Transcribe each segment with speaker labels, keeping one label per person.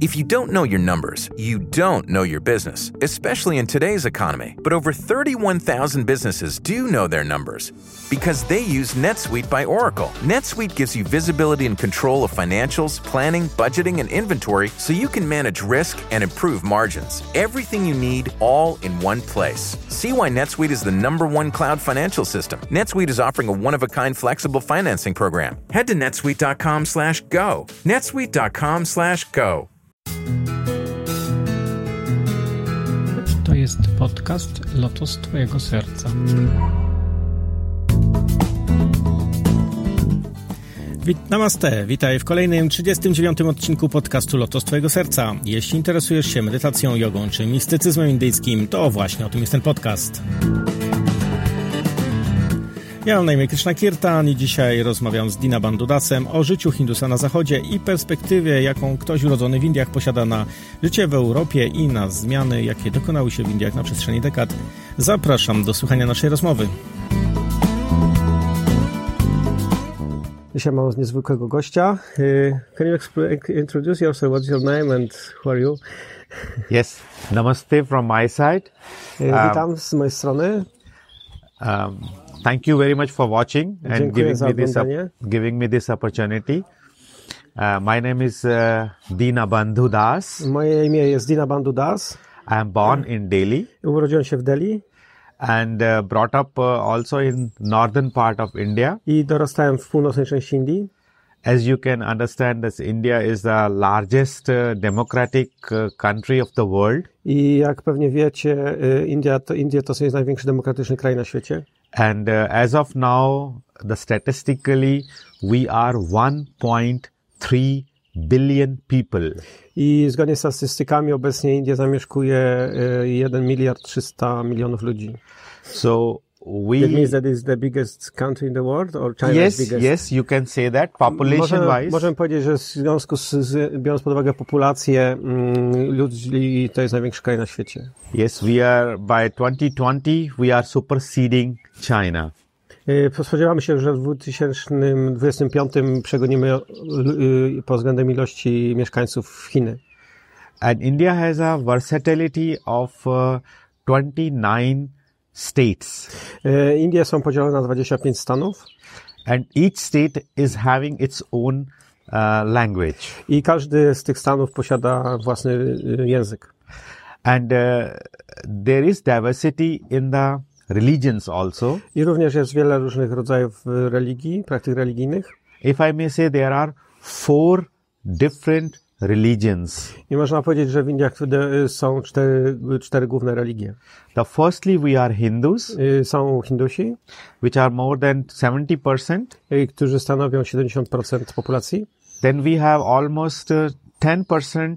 Speaker 1: If you don't know your numbers, you don't know your business, especially in today's economy. But over 31,000 businesses do know their numbers because they use NetSuite by Oracle. NetSuite gives you visibility and control of financials, planning, budgeting, and inventory so you can manage risk and improve margins. Everything you need all in one place. See why NetSuite is the number one cloud financial system. NetSuite is offering a one-of-a-kind flexible financing program. Head to netsuite.com/go. slash go. netsuite.com/go. slash go.
Speaker 2: To jest podcast Lotus Twojego Serca.
Speaker 3: Wit- Namaste, witaj w kolejnym 39 odcinku podcastu Lotos Twojego Serca. Jeśli interesujesz się medytacją, jogą czy mistycyzmem indyjskim, to właśnie o tym jest ten podcast. Ja mam na imię Krishna Kirtan i dzisiaj rozmawiam z Dina Bandudasem o życiu Hindusa na Zachodzie i perspektywie, jaką ktoś urodzony w Indiach posiada na życie w Europie i na zmiany, jakie dokonały się w Indiach na przestrzeni dekad. Zapraszam do słuchania naszej rozmowy.
Speaker 4: Dzisiaj mam niezwykłego gościa. Y, Can you expl- introduce yourself? What's your name and who are you?
Speaker 5: Yes, namaste from my side.
Speaker 4: Y, Witam z mojej strony.
Speaker 5: Um, thank you very much for watching and
Speaker 4: Dziękuję
Speaker 5: giving
Speaker 4: za
Speaker 5: me, this
Speaker 4: oglądanie.
Speaker 5: giving me this opportunity. Uh, my name is uh, Dina Bandhu Das.
Speaker 4: Moje imię jest Dina Bandu Das.
Speaker 5: I am born in Delhi
Speaker 4: Urodziłem się w Delhi
Speaker 5: and uh, brought up uh, also in northern part of India.
Speaker 4: i dorastałem w północnej części Indii.
Speaker 5: As you can understand, this India is the largest uh, democratic uh, country of the world,
Speaker 4: I jak pewnie wiecie, y, India to, Indie to jest największy demokratyczny kraj na świecie.
Speaker 5: and uh, as of now, the statistically we are 1.3 billion people.
Speaker 4: I zgodnie z statystykami obecnie Indie zamieszkuje y, 1 miliard 300 milionów ludzi.
Speaker 5: So
Speaker 4: That means
Speaker 5: we
Speaker 4: that is the biggest country in the world or China's
Speaker 5: yes
Speaker 4: biggest?
Speaker 5: yes you can say that population
Speaker 4: Możemy,
Speaker 5: wise
Speaker 4: możemy powiedzieć, że w związku z, z, biorąc pod uwagę populację mm, ludzi, to jest największy kraj na świecie.
Speaker 5: yes we are by 2020 we are superseding China.
Speaker 4: Y, Spodziewamy się, że w 2025 przegonimy y, pod względem ilości mieszkańców Chiny.
Speaker 5: And India has a versatility of uh, 29 states
Speaker 4: Y, Indie są podzielone na 25 stanów
Speaker 5: and each state is having its own uh, language
Speaker 4: i każdy z tych stanów posiada własny y, język.
Speaker 5: and uh, there is diversity in the religions also
Speaker 4: I również jest wiele różnych rodzajów y, religii, praktyk religijnych.
Speaker 5: if i may say there are four different religions
Speaker 4: I można powiedzieć, że w Indiach y, są cztery, y, cztery główne religie.
Speaker 5: The firstly, we are Hindus,
Speaker 4: Y, Są Hindusi,
Speaker 5: which are more than 70%.
Speaker 4: y, którzy stanowią 70% populacji,
Speaker 5: Then we have almost uh, 10%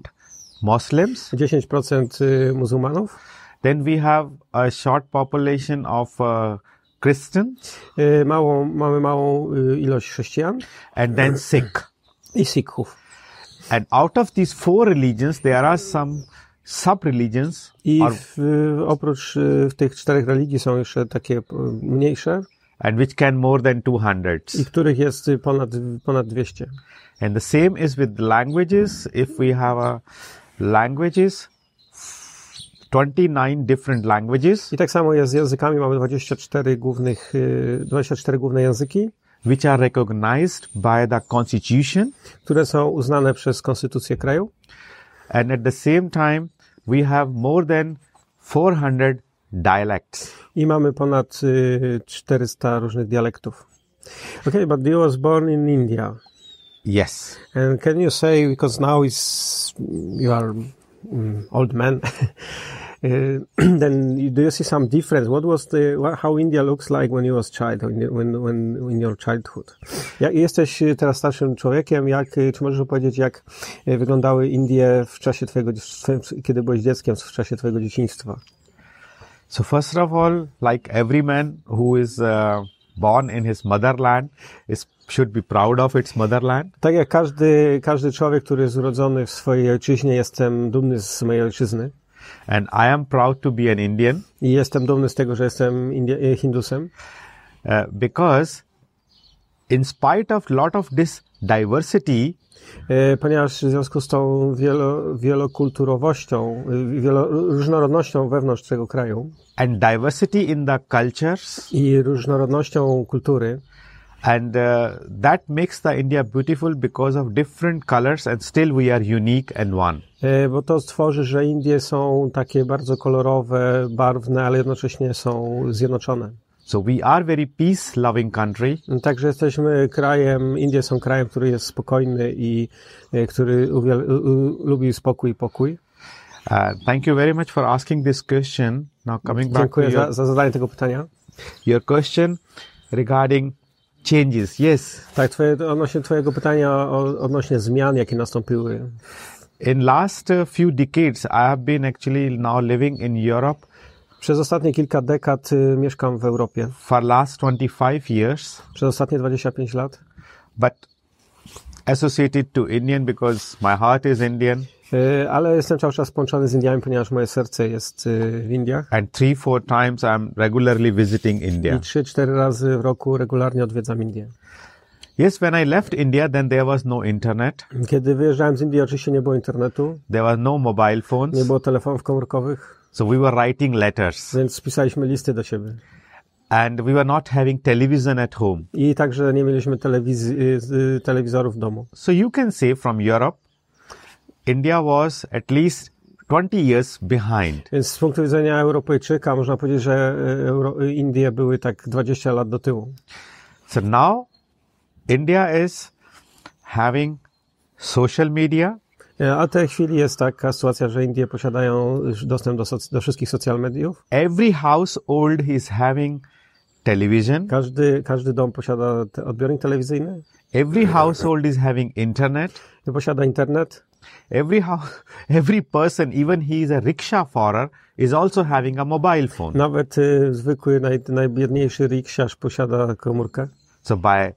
Speaker 5: Muslims.
Speaker 4: 10% y, muzułmanów,
Speaker 5: Then we have a short population of uh, Christians
Speaker 4: y, małą, mamy małą y, ilość chrześcijan
Speaker 5: and then Sikh.
Speaker 4: i Sikhów.
Speaker 5: And out of these four religions, there are some sub religions,
Speaker 4: I
Speaker 5: or
Speaker 4: w, y, oprócz y, tych czterech religii są jeszcze takie y, mniejsze,
Speaker 5: and which can more than
Speaker 4: i
Speaker 5: 200.
Speaker 4: których jest y, ponad, ponad 200.
Speaker 5: And the same is with languages. If we have a languages, 29 different languages.
Speaker 4: I tak samo jest z językami, mamy 24 głównych, y, 24 główne języki,
Speaker 5: which are recognized by the constitution
Speaker 4: które są uznane przez konstytucję kraju.
Speaker 5: and at the same time we have more than 400 dialects
Speaker 4: I mamy ponad y, 400 różnych dialektów. Okay, but you was born in India.
Speaker 5: yes
Speaker 4: And can you say because now is you are mm, old man? Uh, then you, do you see some difference? What was the wha- how India looks like when you was child, when you- when, when in your childhood? Jak jesteś y, teraz starszym człowiekiem? Jak y, czy możesz opowiedzieć, jak y, wyglądały Indie w czasie twojego, dzie- kiedy byłeś dzieckiem, w czasie twojego dzieciństwa?
Speaker 5: so first of all like every man who is uh, born in his motherland is should be proud of its motherland
Speaker 4: Tak jak każdy każdy człowiek, który jest urodzony w swojej ojczyźnie, jestem dumny z mojej ojczyzny
Speaker 5: and i am proud to be an indian
Speaker 4: i jestem dumny z tego, że jestem Indie, y, Hindusem.
Speaker 5: uh, because in spite of lot of this diversity
Speaker 4: E, ponieważ w związku z tą wielo, wielokulturowością, y, wielo, różnorodnością wewnątrz tego kraju
Speaker 5: and diversity in the cultures
Speaker 4: i różnorodnością kultury,
Speaker 5: and uh, that makes the india beautiful because of different colors and still we are unique and one
Speaker 4: e, bo to stworzy, że Indie są takie bardzo kolorowe, barwne, ale jednocześnie są zjednoczone.
Speaker 5: so we are very peace loving country
Speaker 4: Także jesteśmy krajem, Indie są krajem, który jest spokojny i e, który uwiel- u- u- lubi spokój i pokój.
Speaker 5: uh, thank you very much for asking this question now coming back to
Speaker 4: Dziękuję
Speaker 5: your,
Speaker 4: za, za zadanie tego pytania.
Speaker 5: your question regarding changes yes
Speaker 4: Tak, twoje, odnośnie Twojego pytania o, odnośnie zmian, jakie nastąpiły.
Speaker 5: in last uh, few decades i have been actually now living in europe
Speaker 4: Przez ostatnie kilka dekad y, mieszkam w Europie.
Speaker 5: for last 25 years
Speaker 4: Przez ostatnie 25 lat.
Speaker 5: but associated to indian because my heart is indian
Speaker 4: Y, Ale jestem cały czas połączony z Indiami, ponieważ moje serce jest y, w Indiach.
Speaker 5: and three four times i'm regularly visiting
Speaker 4: I
Speaker 5: india
Speaker 4: 3-4 razy w roku regularnie odwiedzam Indię.
Speaker 5: yes when i left india then there was no internet
Speaker 4: Kiedy wyjeżdżałem z Indii, oczywiście nie było internetu,
Speaker 5: there were no mobile
Speaker 4: nie
Speaker 5: phones
Speaker 4: było telefonów komórkowych,
Speaker 5: so we were writing letters
Speaker 4: więc pisaliśmy listy do siebie.
Speaker 5: and we were not having television at home
Speaker 4: I także nie mieliśmy telewiz- y, y, telewizorów w domu.
Speaker 5: so you can say from europe india was at least 20 years behind
Speaker 4: Więc z punktu widzenia Europejczyka można powiedzieć, że y, Euro- y, Indie były tak 20 lat do tyłu.
Speaker 5: so now india is having social media
Speaker 4: E, A w tej chwili jest taka sytuacja, że Indie posiadają już dostęp do, soc- do wszystkich social mediów.
Speaker 5: every household is having television
Speaker 4: Każdy, każdy dom posiada te odbiornik telewizyjny,
Speaker 5: every household is having internet
Speaker 4: posiada internet.
Speaker 5: every house, every person even he is a rickshaw farer is also having a mobile phone
Speaker 4: Nawet y, zwykły, naj, najbiedniejszy riksiarz posiada komórkę.
Speaker 5: so by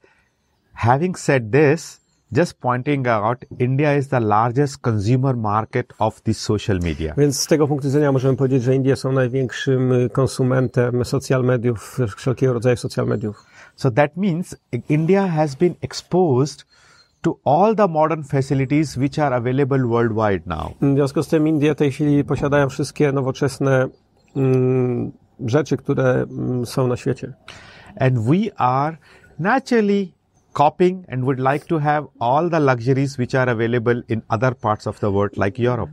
Speaker 5: having said this just pointing out india is the largest consumer market of the social media
Speaker 4: Więc z tego punktu widzenia możemy powiedzieć, że Indie są największym y, konsumentem social mediów, wszelkiego rodzaju social mediów.
Speaker 5: so that means india has been exposed to all the modern facilities which are available worldwide now
Speaker 4: W związku z tym Indie w tej chwili posiadają wszystkie nowoczesne mm, rzeczy, które mm, są na świecie.
Speaker 5: and we are naturally copying and would like to have all the luxuries which are available in other parts of the world like Europe.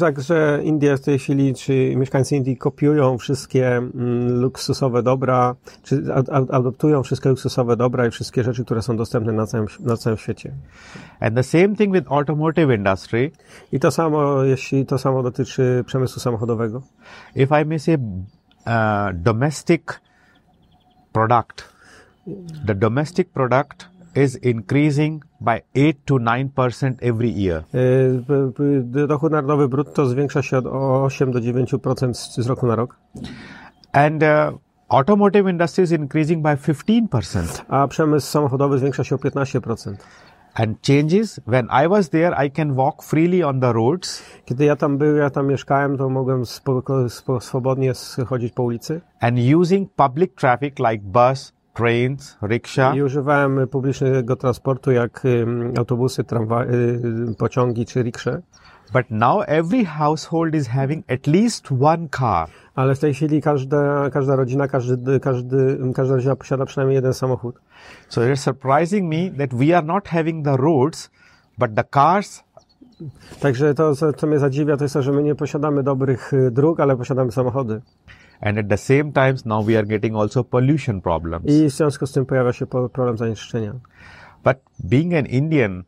Speaker 4: Także tak, Indie w tej chwili, czy mieszkańcy Indii kopiują wszystkie mm, luksusowe dobra, czy ad- ad- adoptują wszystkie luksusowe dobra i wszystkie rzeczy, które są dostępne na całym, na całym świecie.
Speaker 5: And the same thing with automotive industry.
Speaker 4: I to samo, jeśli to samo dotyczy przemysłu samochodowego.
Speaker 5: If I may say uh, domestic product, the domestic product is increasing by 8 to 9% every year.
Speaker 4: Yy, p- p- Dochód narodowy brutto zwiększa się od o 8 do 9% z z roku na rok,
Speaker 5: And uh, automotive industry is increasing by 15%.
Speaker 4: a przemysł samochodowy zwiększa się o 15%.
Speaker 5: And changes, when I was there, I can walk freely on the roads.
Speaker 4: Kiedy ja tam byłem, ja tam mieszkałem, to mogłem spoko, spo, swobodnie chodzić po ulicy
Speaker 5: and using public traffic like bus, trains, rickshaw,
Speaker 4: i używałem publicznego transportu jak ym, autobusy, tramwa, y, pociągi czy riksze.
Speaker 5: but now every household is having at least one car.
Speaker 4: Ale w tej chwili każda, każda rodzina, każdy, każdy, każda rodzina posiada przynajmniej jeden samochód.
Speaker 5: So it's surprising me that we are not having the roads, but the cars
Speaker 4: Także to, co- co mnie zadziwia, to jest to, że my nie posiadamy dobrych y, dróg, ale posiadamy samochody.
Speaker 5: and at the same times now we are getting also pollution problems.
Speaker 4: I w związku z tym pojawia się po- problem zanieczyszczenia.
Speaker 5: But being an Indian,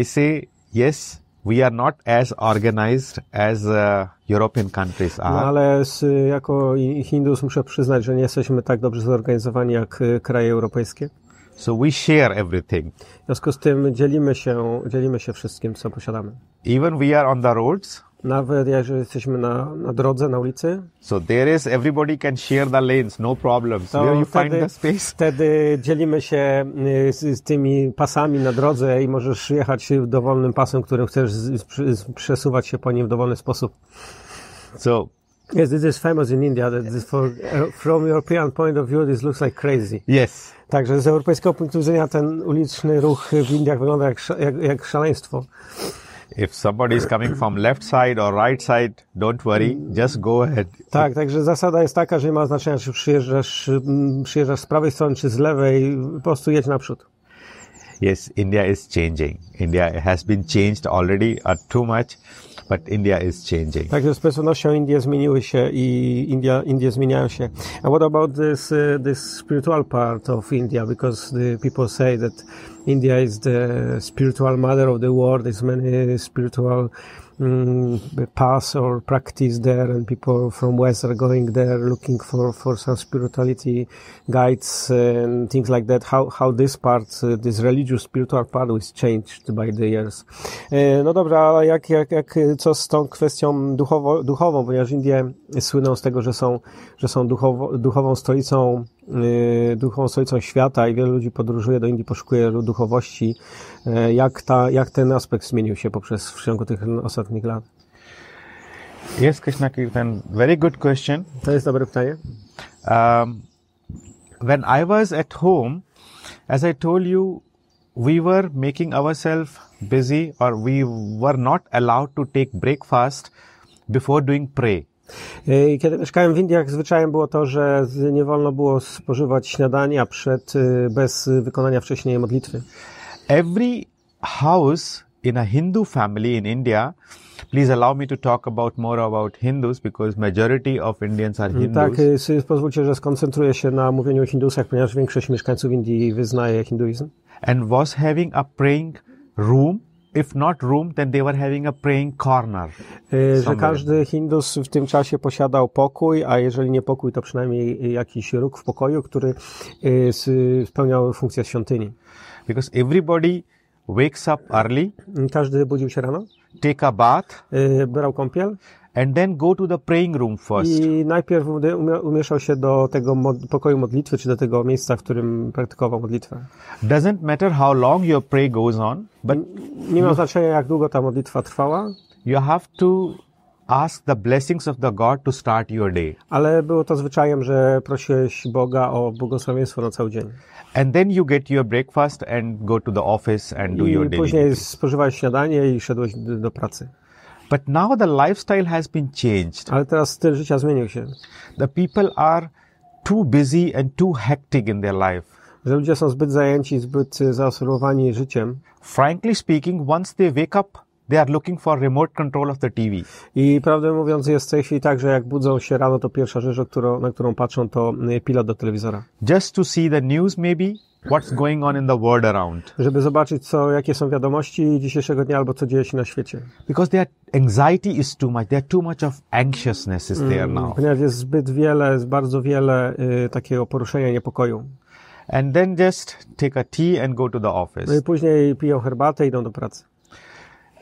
Speaker 5: I say yes, we are not as organized as uh, European countries
Speaker 4: No,
Speaker 5: are.
Speaker 4: ale z, jako i- Hindus muszę przyznać, że nie jesteśmy tak dobrze zorganizowani jak y, kraje europejskie.
Speaker 5: So we share everything.
Speaker 4: W związku z tym dzielimy się, dzielimy się wszystkim, co posiadamy.
Speaker 5: Even we are on the roads,
Speaker 4: Nawet jeżeli jesteśmy na, na drodze, na ulicy,
Speaker 5: So there is everybody can share the lanes, no problems.
Speaker 4: to
Speaker 5: Where you find
Speaker 4: wtedy,
Speaker 5: the space?
Speaker 4: wtedy dzielimy się y, z, z tymi pasami na drodze i możesz jechać dowolnym pasem, którym chcesz z, z, przy- z, przesuwać się po nim w dowolny sposób.
Speaker 5: So
Speaker 4: Yes, this is famous in India. That this for, eh, from European point of view, this looks like crazy.
Speaker 5: Yes.
Speaker 4: Także z europejskiego punktu widzenia ten uliczny ruch w Indiach wygląda jak, sza- jak, jak szaleństwo.
Speaker 5: If somebody is coming from left side or right side, don't worry, just go ahead.
Speaker 4: Tak, także zasada jest taka, że nie ma znaczenia, czy przyjeżdżasz, mm, przyjeżdżasz z prawej strony, czy z lewej, po prostu jedź naprzód.
Speaker 5: Yes, India is changing. India has been changed already, uh, too much, but India is changing.
Speaker 4: Także z pewnością Indie zmieniły się i India, Indie zmieniają się. And what about this, eh, this spiritual part of India? Because the people say that India is the spiritual mother of the world. There's many spiritual mm, paths or practice there and people from West are going there looking for, for some spirituality guides and things like that. How, how this part, eh, this religious spiritual part was changed by the years. E, No dobra, ale jak, jak, jak, e, co z tą kwestią duchowo, duchową, ponieważ Indie słyną z tego, że są, że są duchowo, duchową stolicą, e, duchową stolicą świata i wielu ludzi podróżuje do Indii, poszukuje duchowości. E, Jak ta, jak ten aspekt zmienił się poprzez w ciągu tych ostatnich lat?
Speaker 5: Yes, Krishna Kirtan, very good question.
Speaker 4: To jest dobre pytanie.
Speaker 5: um, when I was at home, as I told you, we were making ourselves busy or we were not allowed to take breakfast before doing pray.
Speaker 4: E, Kiedy mieszkałem w Indiach, zwyczajem było to, że z- nie wolno było spożywać śniadania przed, e, bez e, wykonania wcześniej modlitwy.
Speaker 5: Every house in a Hindu family in India, please allow me to talk about more about Hindus because majority of Indians are Hindus.
Speaker 4: Tak, y, s- pozwólcie, że skoncentruję się na mówieniu o hindusach, ponieważ większość mieszkańców Indii wyznaje hinduizm.
Speaker 5: and was having a praying room. If not room, then they were having a praying corner.
Speaker 4: Y, Że
Speaker 5: Somewhere.
Speaker 4: każdy hindus w tym czasie posiadał pokój, a jeżeli nie pokój, to przynajmniej jakiś róg w pokoju, który y, s- spełniał funkcję świątyni.
Speaker 5: Because everybody wakes up early,
Speaker 4: Y, Każdy budził się rano,
Speaker 5: take a bath,
Speaker 4: y, brał kąpiel
Speaker 5: and then go to the praying room first.
Speaker 4: i najpierw ude- umie- umieszał się do tego mod- pokoju modlitwy, czy do tego miejsca, w którym praktykował modlitwę.
Speaker 5: Doesn't matter how long your pray goes on, but
Speaker 4: Nie ma znaczenia, jak długo ta modlitwa trwała,
Speaker 5: you have to ask the blessings of the God to start your day.
Speaker 4: ale było to zwyczajem, że prosiłeś Boga o błogosławieństwo na cały dzień.
Speaker 5: And then you get your breakfast and go to the office and do your
Speaker 4: I
Speaker 5: daily.
Speaker 4: później spożywałeś śniadanie i szedłeś d- do pracy.
Speaker 5: But now the lifestyle has been changed.
Speaker 4: Ale teraz styl życia zmienił się.
Speaker 5: The people are too busy and too hectic in their life.
Speaker 4: Że ludzie są zbyt zajęci, zbyt y, zaabsorbowani życiem.
Speaker 5: Frankly speaking, once they wake up, they are looking for remote control of the TV.
Speaker 4: I prawdę mówiąc jest w tej chwili tak, że jak budzą się rano, to pierwsza rzecz, o którą, na którą patrzą, to y, pilot do telewizora.
Speaker 5: Just to see the news, maybe, what's going on in the world around.
Speaker 4: Żeby zobaczyć, co, jakie są wiadomości dzisiejszego dnia albo co dzieje się na świecie.
Speaker 5: because their anxiety is too much. There too much of anxiousness is there now,
Speaker 4: Ponieważ jest zbyt wiele, jest bardzo wiele y, takiego poruszenia niepokoju.
Speaker 5: and then just take a tea and go to the office.
Speaker 4: No i później piją herbatę, idą do pracy.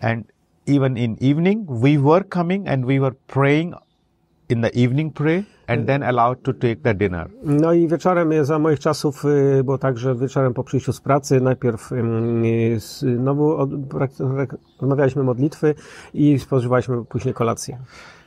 Speaker 5: And even in evening, we were coming and we were praying in the evening prayer, and then allowed to take the dinner.
Speaker 4: No i wieczorem y, za moich czasów y, było tak, że wieczorem po przyjściu z pracy najpierw ym, y, s- znowu od- prak- prak- odmawialiśmy modlitwy i spożywaliśmy później kolację.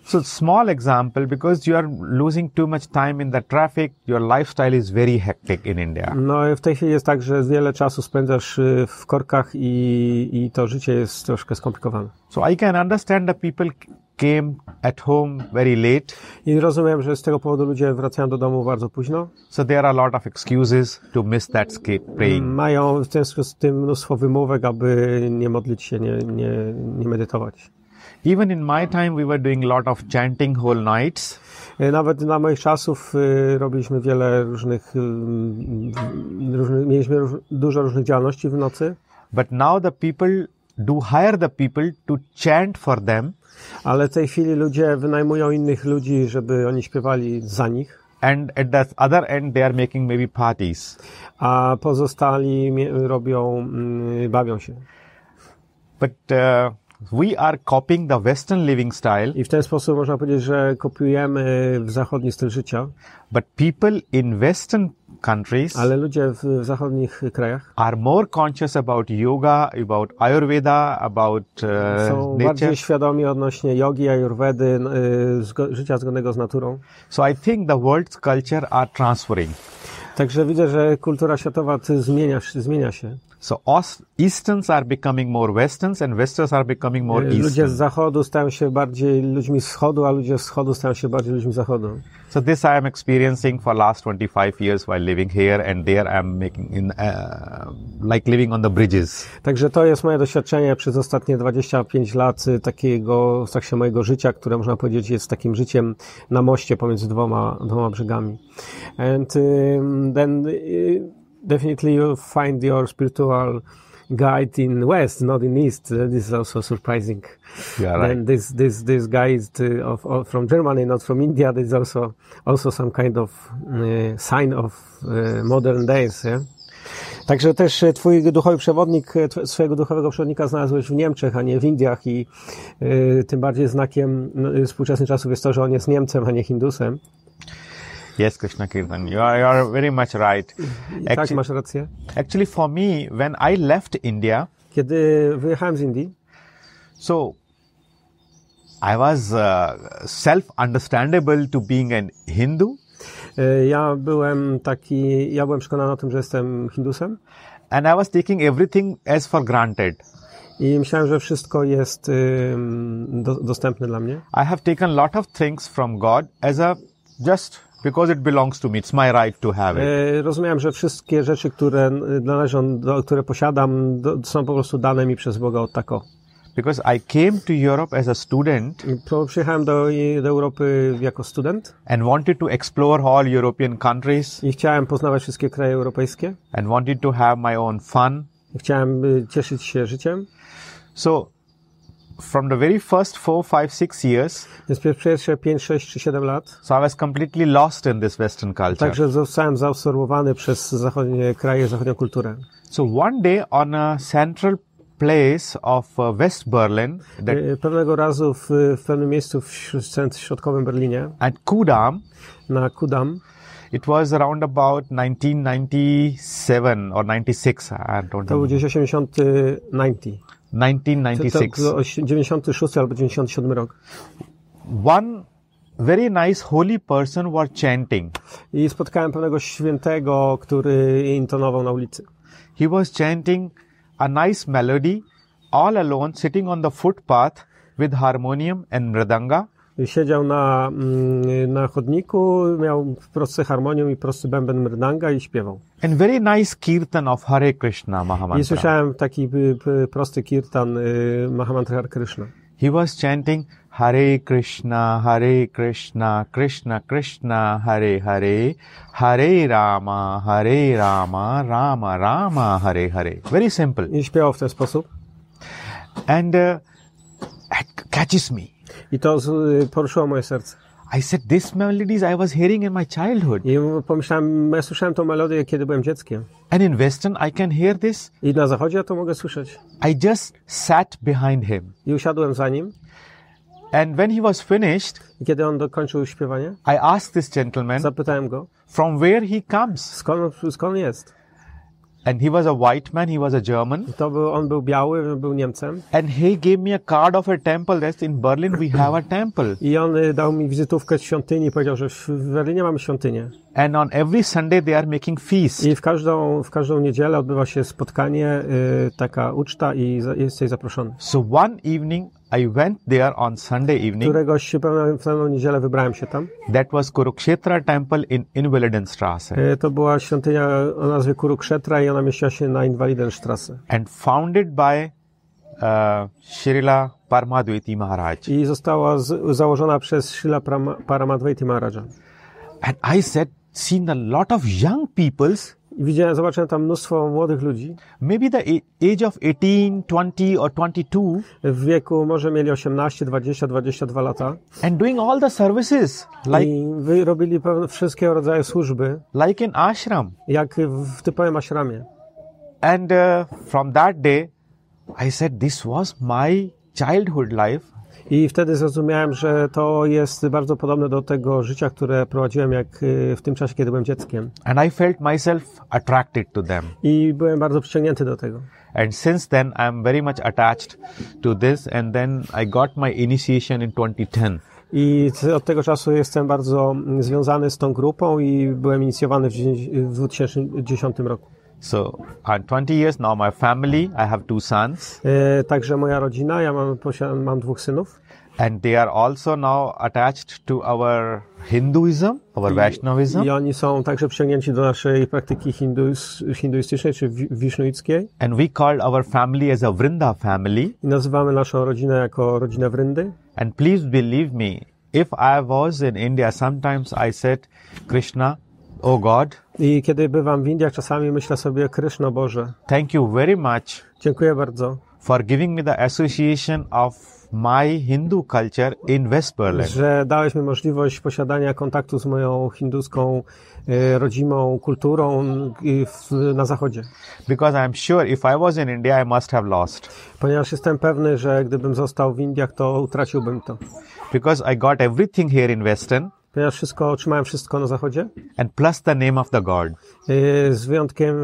Speaker 5: So small example because you are losing too much time in the traffic. Your lifestyle is very hectic in India.
Speaker 4: No i w tej chwili jest tak, że wiele czasu spędzasz y, w korkach i, i to życie jest troszkę skomplikowane.
Speaker 5: So I can understand the people came at home very late.
Speaker 4: I rozumiem, że z tego powodu ludzie wracają do domu bardzo późno.
Speaker 5: So there are a lot of excuses to miss that escape praying.
Speaker 4: Mają w związku z tym mnóstwo wymówek, aby nie modlić się, nie, nie, nie medytować.
Speaker 5: Even in my time, we were doing a lot of chanting whole nights.
Speaker 4: E, Nawet na moich czasów y, robiliśmy wiele różnych, ym, różnych mieliśmy róż, dużo różnych działalności w nocy,
Speaker 5: But now the people do hire the people to chant for them,
Speaker 4: ale w tej chwili ludzie wynajmują innych ludzi, żeby oni śpiewali za nich,
Speaker 5: and at the other end, they are making maybe parties.
Speaker 4: a pozostali mie- robią, mm, bawią się.
Speaker 5: But uh, we are copying the Western living style.
Speaker 4: I w ten sposób można powiedzieć, że kopiujemy w zachodni styl życia,
Speaker 5: But people in Western countries
Speaker 4: Ale ludzie w, w zachodnich krajach
Speaker 5: are more conscious about yoga, about Ayurveda, about uh,
Speaker 4: są
Speaker 5: nature.
Speaker 4: bardziej świadomi odnośnie jogi, ajurwedy, n- y, zgo- życia zgodnego z naturą.
Speaker 5: So I think the world's culture are transferring.
Speaker 4: Także widzę, że kultura światowa ty- zmienia, się- zmienia się. Y,
Speaker 5: So Os- Easterns are becoming more Westerns, and Westerns are becoming more
Speaker 4: Ludzie z
Speaker 5: Easterns.
Speaker 4: zachodu stają się bardziej ludźmi z wschodu, a ludzie z wschodu stają się bardziej ludźmi z zachodu.
Speaker 5: So this I am experiencing for last 25 years while living here, and there I am making in uh, like living on the bridges.
Speaker 4: Także to jest moje doświadczenie przez ostatnie 25 lat y, takiego, w trakcie mojego życia, które można powiedzieć jest takim życiem na moście pomiędzy dwoma, dwoma brzegami. And um, then y, definitely you find your spiritual guide in west, not in east. That is also surprising.
Speaker 5: Yeah, right.
Speaker 4: Then this this this guy is uh, of, of, from Germany, not from India. There's also also some kind of uh, sign of uh, modern days. Yeah? Także też e, twój duchowy przewodnik, e, tw- swojego duchowego przewodnika znalazłeś w Niemczech, a nie w Indiach i e, tym bardziej znakiem no, e, współczesnych czasów jest to, że on jest Niemcem, a nie Hindusem.
Speaker 5: Yes, Krishna Kirtan, you are, you are very much right.
Speaker 4: I tak,
Speaker 5: Actually,
Speaker 4: masz rację.
Speaker 5: actually, for me, when I left India,
Speaker 4: Kiedy wyjechałem z Indii,
Speaker 5: so I was uh, self-understandable to being an Hindu,
Speaker 4: e, ja byłem taki, ja byłem przekonany o tym, że jestem Hindusem
Speaker 5: and I was taking everything as for granted.
Speaker 4: i myślałem, że wszystko jest em, do, dostępne dla mnie.
Speaker 5: I have taken lot of things from God as a just because it belongs to me. It's my right to have it.
Speaker 4: E, Rozumiałem, że wszystkie rzeczy, które n- należą, do, które posiadam, do, są po prostu dane mi przez Boga od tako.
Speaker 5: Because I came to Europe as a student
Speaker 4: Po- Przyjechałem do, do Europy jako student
Speaker 5: and wanted to explore all European countries
Speaker 4: i chciałem poznawać wszystkie kraje europejskie.
Speaker 5: and wanted to have my own fun.
Speaker 4: Chciałem y, cieszyć się życiem.
Speaker 5: So, from the very first four, five, six years,
Speaker 4: Więc przez pierwsze 5, 6 czy 7 lat.
Speaker 5: so I was completely lost in this Western culture.
Speaker 4: Także zostałem zaabsorbowany przez zachodnie kraje, zachodnią kulturę.
Speaker 5: So one day on a central place of uh, West Berlin, that
Speaker 4: Y, Pewnego razu w, w pewnym miejscu w śr- cent- środkowym Berlinie,
Speaker 5: at Kudam,
Speaker 4: na Kudam,
Speaker 5: It was around about 1997 or 96. I don't
Speaker 4: to był
Speaker 5: know.
Speaker 4: gdzieś 80, 90. To, to
Speaker 5: 1996.
Speaker 4: był oś- 96 albo 97 rok.
Speaker 5: One very nice holy person was chanting.
Speaker 4: I spotkałem pewnego świętego, który intonował na ulicy.
Speaker 5: He was chanting a nice melody all alone, sitting on the footpath with harmonium and mridanga.
Speaker 4: Siedział na, mm, na chodniku, miał prosty harmonium i prosty bęben mrdanga i śpiewał.
Speaker 5: And very nice kirtan of Hare Krishna
Speaker 4: I
Speaker 5: Mahamantra.
Speaker 4: słyszałem taki y, p- prosty kirtan y, Mahamantra Hare Krishna.
Speaker 5: He was chanting Hare Krishna, Hare Krishna, Krishna Krishna, Hare Hare, Hare Rama, Hare Rama, Rama Rama, Hare Hare. Very simple.
Speaker 4: I śpiewał w ten sposób.
Speaker 5: And uh, it catches me.
Speaker 4: I to z, y, poruszyło moje serce.
Speaker 5: I said, this melodies I was hearing in my childhood.
Speaker 4: I pomyślałem, ja słyszałem tą melodię, kiedy byłem dzieckiem.
Speaker 5: And in Western, I can hear this.
Speaker 4: I na zachodzie ja to mogę słyszeć.
Speaker 5: I just sat behind him.
Speaker 4: I usiadłem za nim.
Speaker 5: And when he was finished,
Speaker 4: I kiedy on dokończył śpiewanie,
Speaker 5: I asked this gentleman
Speaker 4: zapytałem go,
Speaker 5: from where he comes.
Speaker 4: skąd, skąd jest?
Speaker 5: And he was a white man, he was a German.
Speaker 4: To był, on był biały, był Niemcem.
Speaker 5: and he gave me a card of a temple that's in berlin we have a temple
Speaker 4: I on y, dał mi wizytówkę z świątyni, powiedział, że w w Berlinie mamy świątynię.
Speaker 5: and on every sunday they are making feast
Speaker 4: I w każdą, w każdą niedzielę odbywa się spotkanie, y, taka uczta i za, jesteś zaproszony.
Speaker 5: so one evening i went there on sunday evening
Speaker 4: Któregoś pewną, w pewną niedzielę wybrałem się tam.
Speaker 5: that was kurukshetra temple in invalidenstrasse
Speaker 4: Y, To była świątynia o nazwie Kurukshetra i ona mieściła się na Inwalidenstrasse.
Speaker 5: and founded by uh, shrila paramadwaiti maharaj
Speaker 4: I została z, założona przez Srila Param- Paramadvaiti Maharaja.
Speaker 5: and i said seen a lot of young peoples
Speaker 4: I widziałem, zobaczyłem tam mnóstwo młodych ludzi.
Speaker 5: maybe the a- age of 18 20 or 22
Speaker 4: W wieku może mieli 18, 20, 22 lata.
Speaker 5: and doing all the services like
Speaker 4: I wy- robili pewne, wszystkie rodzaje służby,
Speaker 5: like in ashram
Speaker 4: jak w w typowym aśramie.
Speaker 5: And uh, from that day, I said, this was my childhood life.
Speaker 4: I wtedy zrozumiałem, że to jest bardzo podobne do tego życia, które prowadziłem jak y, w tym czasie, kiedy byłem dzieckiem.
Speaker 5: and I felt myself attracted to them.
Speaker 4: I byłem bardzo przyciągnięty do tego.
Speaker 5: And since then, I'm very much attached to this. And then I got my initiation in 2010.
Speaker 4: I c- od tego czasu jestem bardzo mm, związany z tą grupą i byłem inicjowany w dziesię- w 2010 roku.
Speaker 5: So I'm 20 years now. My family, I have two sons,
Speaker 4: E, Także moja rodzina, ja mam, posiadam, mam dwóch synów
Speaker 5: and they are also now attached to our Hinduism, our Vaishnavism,
Speaker 4: i oni są także przyciągnięci do naszej praktyki hinduis, hinduistycznej czy wi- wisznuickiej.
Speaker 5: and we call our family as a Vrinda family.
Speaker 4: I nazywamy naszą rodzinę jako rodzinę Wryndy.
Speaker 5: And please believe me, if I was in India, sometimes I said, Krishna, oh God,
Speaker 4: I kiedy bywam w Indiach, czasami myślę sobie, Kryszno Boże,
Speaker 5: thank you very much
Speaker 4: dziękuję bardzo,
Speaker 5: for giving me the association of my Hindu culture in West Berlin.
Speaker 4: że dałeś mi możliwość posiadania kontaktu z moją hinduską e, rodzimą kulturą i w, na zachodzie.
Speaker 5: Because I'm sure if I was in India, I must have lost.
Speaker 4: Ponieważ jestem pewny, że gdybym został w Indiach, to utraciłbym to.
Speaker 5: Because I got everything here in Western
Speaker 4: Ponieważ wszystko, otrzymałem wszystko na zachodzie,
Speaker 5: and plus the name of the God.
Speaker 4: e, z wyjątkiem,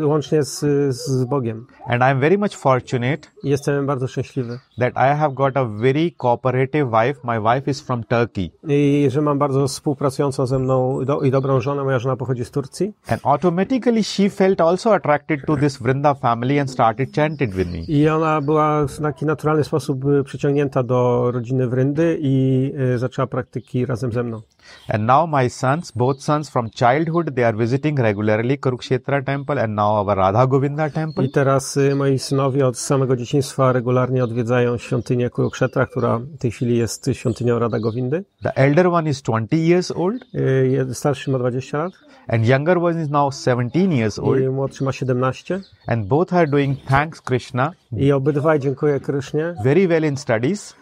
Speaker 4: e, łącznie z, z Bogiem.
Speaker 5: And I'm very much fortunate
Speaker 4: I Jestem bardzo szczęśliwy.
Speaker 5: that I have got a very cooperative wife. My wife is from Turkey.
Speaker 4: I że mam bardzo współpracującą ze mną do, i dobrą żonę. Moja żona pochodzi z Turcji.
Speaker 5: And automatically she felt also attracted to this Vrinda family and started chanted with me.
Speaker 4: I ona była w taki naturalny sposób y, przyciągnięta do rodziny Wryndy i y, zaczęła praktyki razem ze mną.
Speaker 5: And now my sons, both sons from childhood, they are visiting regularly Kurukshetra temple and now our Radha Govinda temple.
Speaker 4: I teraz y, moi synowie od samego dzieciństwa regularnie odwiedzają świątynię Kurukshetra, która w tej chwili jest świątynią Rada Gowindy.
Speaker 5: The elder one is 20 years old
Speaker 4: Y, jed- Starszy ma 20 lat
Speaker 5: and younger one is now 17 years
Speaker 4: i
Speaker 5: old.
Speaker 4: młodszy ma 17.
Speaker 5: And both are doing thanks Krishna
Speaker 4: I obydwaj, dziękuję Krysznie,
Speaker 5: very well in studies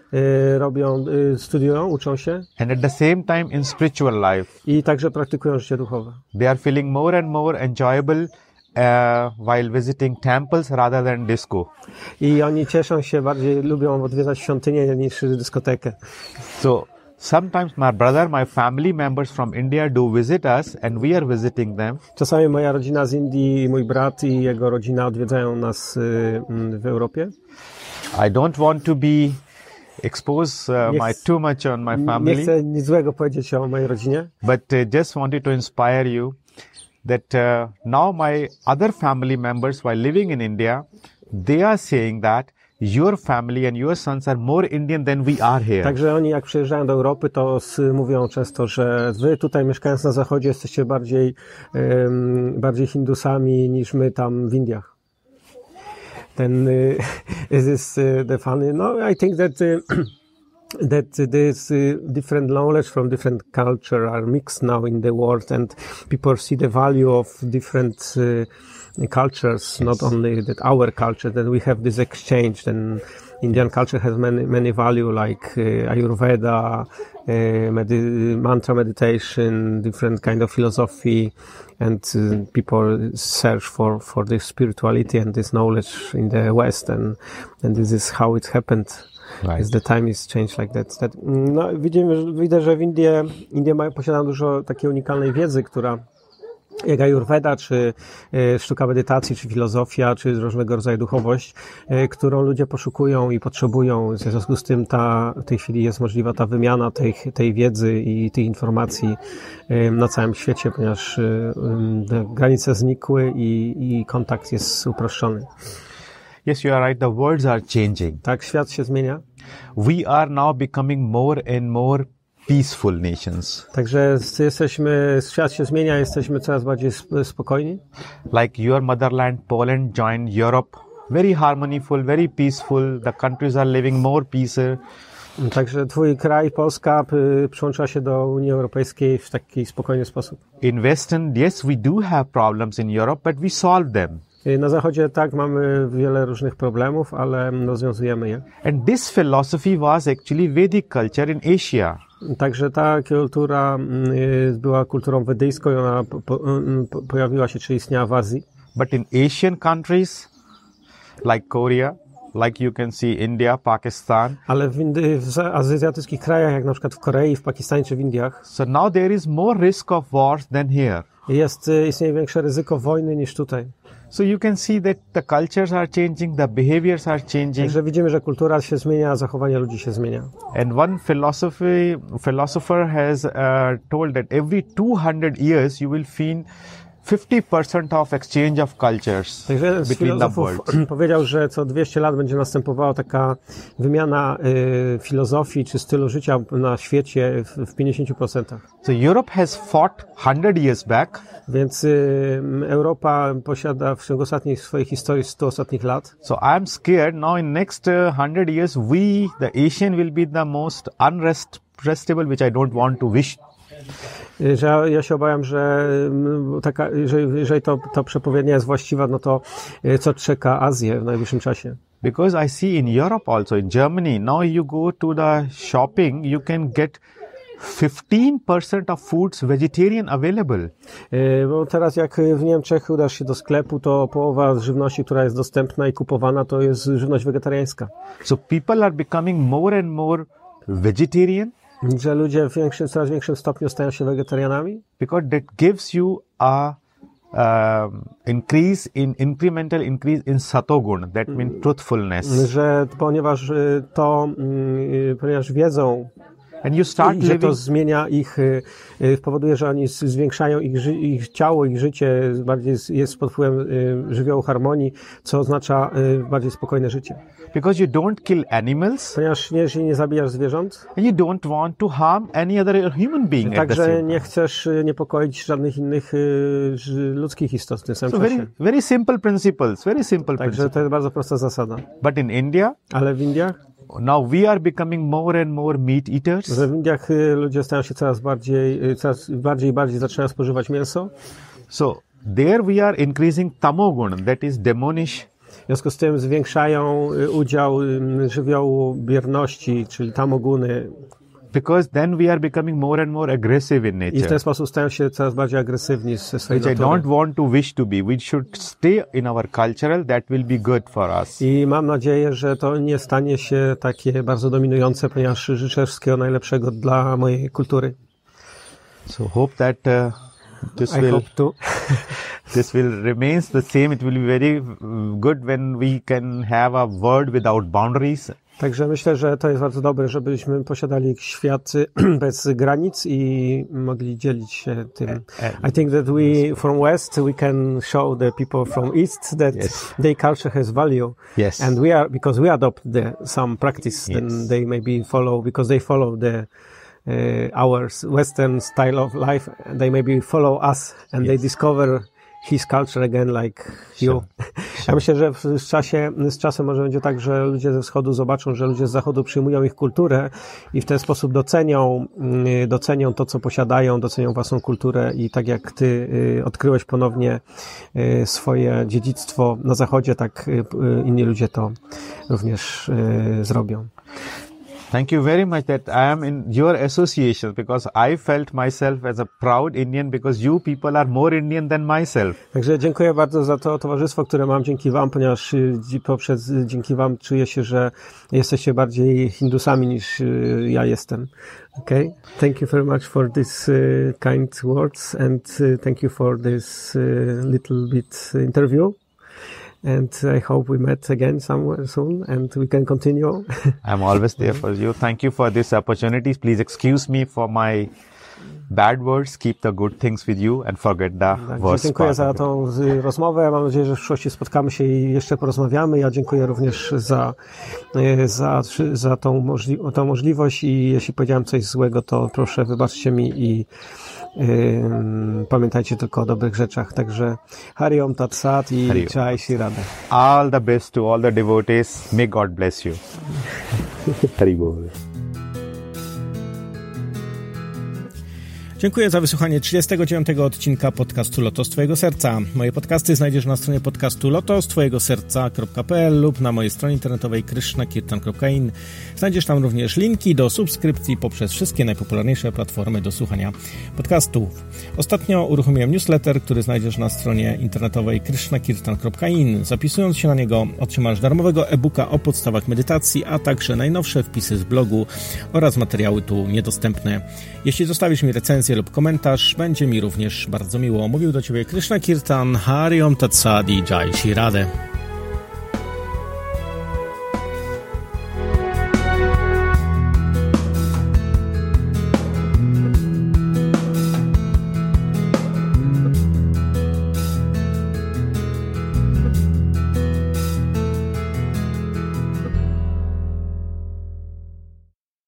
Speaker 4: y, robią, y, studiują, uczą się
Speaker 5: and at the same time in spiritual life.
Speaker 4: i także praktykują życie duchowe.
Speaker 5: They are feeling more and more enjoyable uh, while visiting temples rather than disco.
Speaker 4: I oni cieszą się, bardziej lubią odwiedzać świątynię niż dyskotekę.
Speaker 5: So sometimes my brother, my family members from India do visit us and we are visiting them.
Speaker 4: Czasami moja rodzina z Indii, mój brat i jego rodzina odwiedzają nas y, mm, w Europie.
Speaker 5: I don't want to be expose uh,
Speaker 4: Yes.
Speaker 5: my too much on my
Speaker 4: Nie
Speaker 5: family,
Speaker 4: chcę nic złego powiedzieć o mojej rodzinie,
Speaker 5: but uh, just wanted to inspire you that uh, now my other family members while living in India, they are saying that your family and your sons are more Indian than we are here.
Speaker 4: także oni jak przyjeżdżają do Europy, to s- mówią często, że wy tutaj mieszkając na zachodzie jesteście bardziej, em, bardziej Hindusami niż my tam w Indiach. Ten y, is this y, the funny? No, I think that y, that this uh, different knowledge from different culture are mixed now in the world and people see the value of different uh, cultures not only that our culture that we have this exchange and indian culture has many many value like uh, ayurveda uh, medi- mantra meditation different kind of philosophy and uh, people search for for this spirituality and this knowledge in the west and and this is how it happened
Speaker 5: Right.
Speaker 4: Is the time is changed like that. that mm, no, widzimy, że, widzę, że w Indie, Indie mają, posiadają dużo takiej unikalnej wiedzy, która jak Ayurveda, czy e, sztuka medytacji, czy filozofia, czy różnego rodzaju duchowość, e, którą ludzie poszukują i potrzebują. W związku z tym ta, w tej chwili jest możliwa ta wymiana tej, tej wiedzy i tych informacji e, na całym świecie, ponieważ e, em, te granice znikły i, i kontakt jest uproszczony.
Speaker 5: Yes, you are right. The words are changing.
Speaker 4: Tak, świat się zmienia.
Speaker 5: We are now becoming more and more peaceful nations.
Speaker 4: Także z- jesteśmy, świat się zmienia, jesteśmy coraz bardziej sp- spokojni.
Speaker 5: like your motherland poland joined europe very harmonious very peaceful the countries are living more peace
Speaker 4: Także twój kraj, Polska, p- przyłączyła się do Unii Europejskiej w taki spokojny sposób.
Speaker 5: in western yes we do have problems in europe but we solve them
Speaker 4: Y, Na zachodzie tak, mamy wiele różnych problemów, ale rozwiązujemy je.
Speaker 5: and this philosophy was actually vedic culture in asia
Speaker 4: Także ta kultura mm, y, była kulturą wedyjską i ona po, po, mm, po, pojawiła się, czy istniała w Azji.
Speaker 5: but in asian countries like korea like you can see India, Pakistan.
Speaker 4: Ale w, Indy, w za- azjatyckich krajach, jak na przykład w Korei, w Pakistanie czy w Indiach,
Speaker 5: So now there is more risk of wars than here.
Speaker 4: jest, y, istnieje większe ryzyko wojny niż tutaj.
Speaker 5: So you can see that the cultures are changing, the behaviors are changing,
Speaker 4: Także widzimy, że kultura się zmienia, a zachowanie ludzi się zmienia.
Speaker 5: and one philosophy philosopher has uh, told that every 200 years you will feel 50% of exchange of cultures
Speaker 4: Także jeden z
Speaker 5: between the
Speaker 4: filozofów
Speaker 5: worlds.
Speaker 4: powiedział, że co 200 lat będzie następowała taka wymiana y, filozofii czy stylu życia na świecie w, w 50%.
Speaker 5: So Europe has fought 100 years back,
Speaker 4: Więc y, Europa posiada w ciągu ostatnich swojej historii 100 ostatnich lat.
Speaker 5: so I'm scared now in next uh, 100 years we the Asian will be the most unrest restable which I don't want to wish
Speaker 4: Y, Że ja, ja się obawiam, że mm, taka, jeżeli, jeżeli to, to przepowiednia jest właściwa, no to y, co czeka Azję w najbliższym czasie?
Speaker 5: Because I see in Europe also, in Germany, now you go to the shopping, you can get 15% of foods vegetarian available.
Speaker 4: Y, Bo teraz jak w Niemczech udasz się do sklepu, to połowa żywności, która jest dostępna i kupowana, to jest żywność wegetariańska.
Speaker 5: So people are becoming more and more vegetarian
Speaker 4: Że ludzie w większym, coraz większym stopniu stają się wegetarianami?
Speaker 5: because that gives you a um, increase in incremental increase in satoguna, that means truthfulness.
Speaker 4: Że ponieważ y, to, y, ponieważ wiedzą,
Speaker 5: And you start
Speaker 4: i że to
Speaker 5: living,
Speaker 4: zmienia ich, y, y, powoduje, że oni z- zwiększają ich, ży- ich ciało, ich życie, bardziej z- jest pod wpływem y, żywiołu harmonii, co oznacza y, bardziej spokojne życie.
Speaker 5: because you don't kill animals,
Speaker 4: Ponieważ nie, jeżeli nie zabijasz zwierząt,
Speaker 5: and you don't want to harm any other human being at the
Speaker 4: także
Speaker 5: same
Speaker 4: nie
Speaker 5: time.
Speaker 4: chcesz y, niepokoić żadnych innych y, ży- ludzkich istot w tym
Speaker 5: So
Speaker 4: samym
Speaker 5: very,
Speaker 4: czasie.
Speaker 5: very simple principles, very simple
Speaker 4: Także
Speaker 5: principles.
Speaker 4: to jest bardzo prosta zasada.
Speaker 5: But in India,
Speaker 4: Ale w Indiach?
Speaker 5: now we are becoming more and more meat eaters.
Speaker 4: Że w Indiach y, ludzie stają się coraz bardziej, y, coraz bardziej i bardziej zaczynają spożywać mięso.
Speaker 5: So there we are increasing tamogun, that is demonish.
Speaker 4: W związku z tym zwiększają y, udział y, żywiołu bierności, czyli tamoguny.
Speaker 5: Because then we are becoming more and more aggressive in
Speaker 4: I w ten
Speaker 5: nature,
Speaker 4: sposób stają się coraz bardziej agresywni ze swojej
Speaker 5: which I
Speaker 4: natury.
Speaker 5: don't want to wish to be. We should stay in our cultural. That will be good for us.
Speaker 4: I mam nadzieję, że to nie stanie się takie bardzo dominujące, ponieważ życzę wszystkiego najlepszego dla mojej kultury.
Speaker 5: So hope that uh, this
Speaker 4: I
Speaker 5: will
Speaker 4: hope to.
Speaker 5: this will remains the same. It will be very uh, good when we can have a world without boundaries.
Speaker 4: Także myślę, że to jest bardzo dobre, żebyśmy posiadali świat bez granic i mogli dzielić się
Speaker 5: E,
Speaker 4: tym. I think that we from West we can show the people from East that
Speaker 5: Yes.
Speaker 4: their culture has value.
Speaker 5: Yes.
Speaker 4: And we are because we adopt the, some practice then
Speaker 5: Yes.
Speaker 4: they maybe follow because they follow the uh, our Western style of life. They maybe follow us and they discover his culture again like you. Ja myślę, że w z czasie, z czasem może będzie tak, że ludzie ze wschodu zobaczą, że ludzie z zachodu przyjmują ich kulturę i w ten sposób docenią, mm, docenią to, co posiadają, docenią własną kulturę i tak jak ty y, odkryłeś ponownie y, swoje dziedzictwo na zachodzie, tak y, y, inni ludzie to również y, zrobią.
Speaker 5: Thank you very much that I am in your association because I felt myself as a proud Indian because you people are more Indian than myself.
Speaker 4: Także dziękuję bardzo za to towarzystwo, które mam dzięki Wam, ponieważ y, dzi- poprzez y, dzięki Wam czuję się, że jesteście bardziej Hindusami niż y, ja jestem. Okay? Thank you very much for this y, kind words and y, thank you for this y, little bit interview. And I hope we met again somewhere soon and we can continue.
Speaker 5: I'm always there for you. Thank you for this opportunity. Please excuse me for my bad words. Keep the good things with you and forget the
Speaker 4: Także
Speaker 5: worst
Speaker 4: Tak, dziękuję
Speaker 5: part.
Speaker 4: za
Speaker 5: of it.
Speaker 4: tą y, rozmowę. Mam nadzieję, że w przyszłości spotkamy się i jeszcze porozmawiamy. Ja dziękuję również za, y, za, za tą, możli tą możliwość i jeśli powiedziałem coś złego, to proszę wybaczcie mi i y, pamiętajcie tylko o dobrych rzeczach. Także Hariom Tatsat i
Speaker 5: Hariom
Speaker 4: Czaj Radę.
Speaker 5: All the best to all the devotees. May God bless you. Hari Bol.
Speaker 3: Dziękuję za wysłuchanie 39 odcinka podcastu Lotos Twojego Serca. Moje podcasty znajdziesz na stronie podcastu lotos twojego serca.pl lub na mojej stronie internetowej krishnakirtan.in. Znajdziesz tam również linki do subskrypcji poprzez wszystkie najpopularniejsze platformy do słuchania podcastów. Ostatnio uruchomiłem newsletter, który znajdziesz na stronie internetowej krishnakirtan.in. Zapisując się na niego otrzymasz darmowego e-booka o podstawach medytacji, a także najnowsze wpisy z blogu oraz materiały tu niedostępne. Jeśli zostawisz mi recenzję lub komentarz, będzie mi również bardzo miło. Mówił do Ciebie Krishna Kirtan, Hariom Tatsadi, Jai Shirade.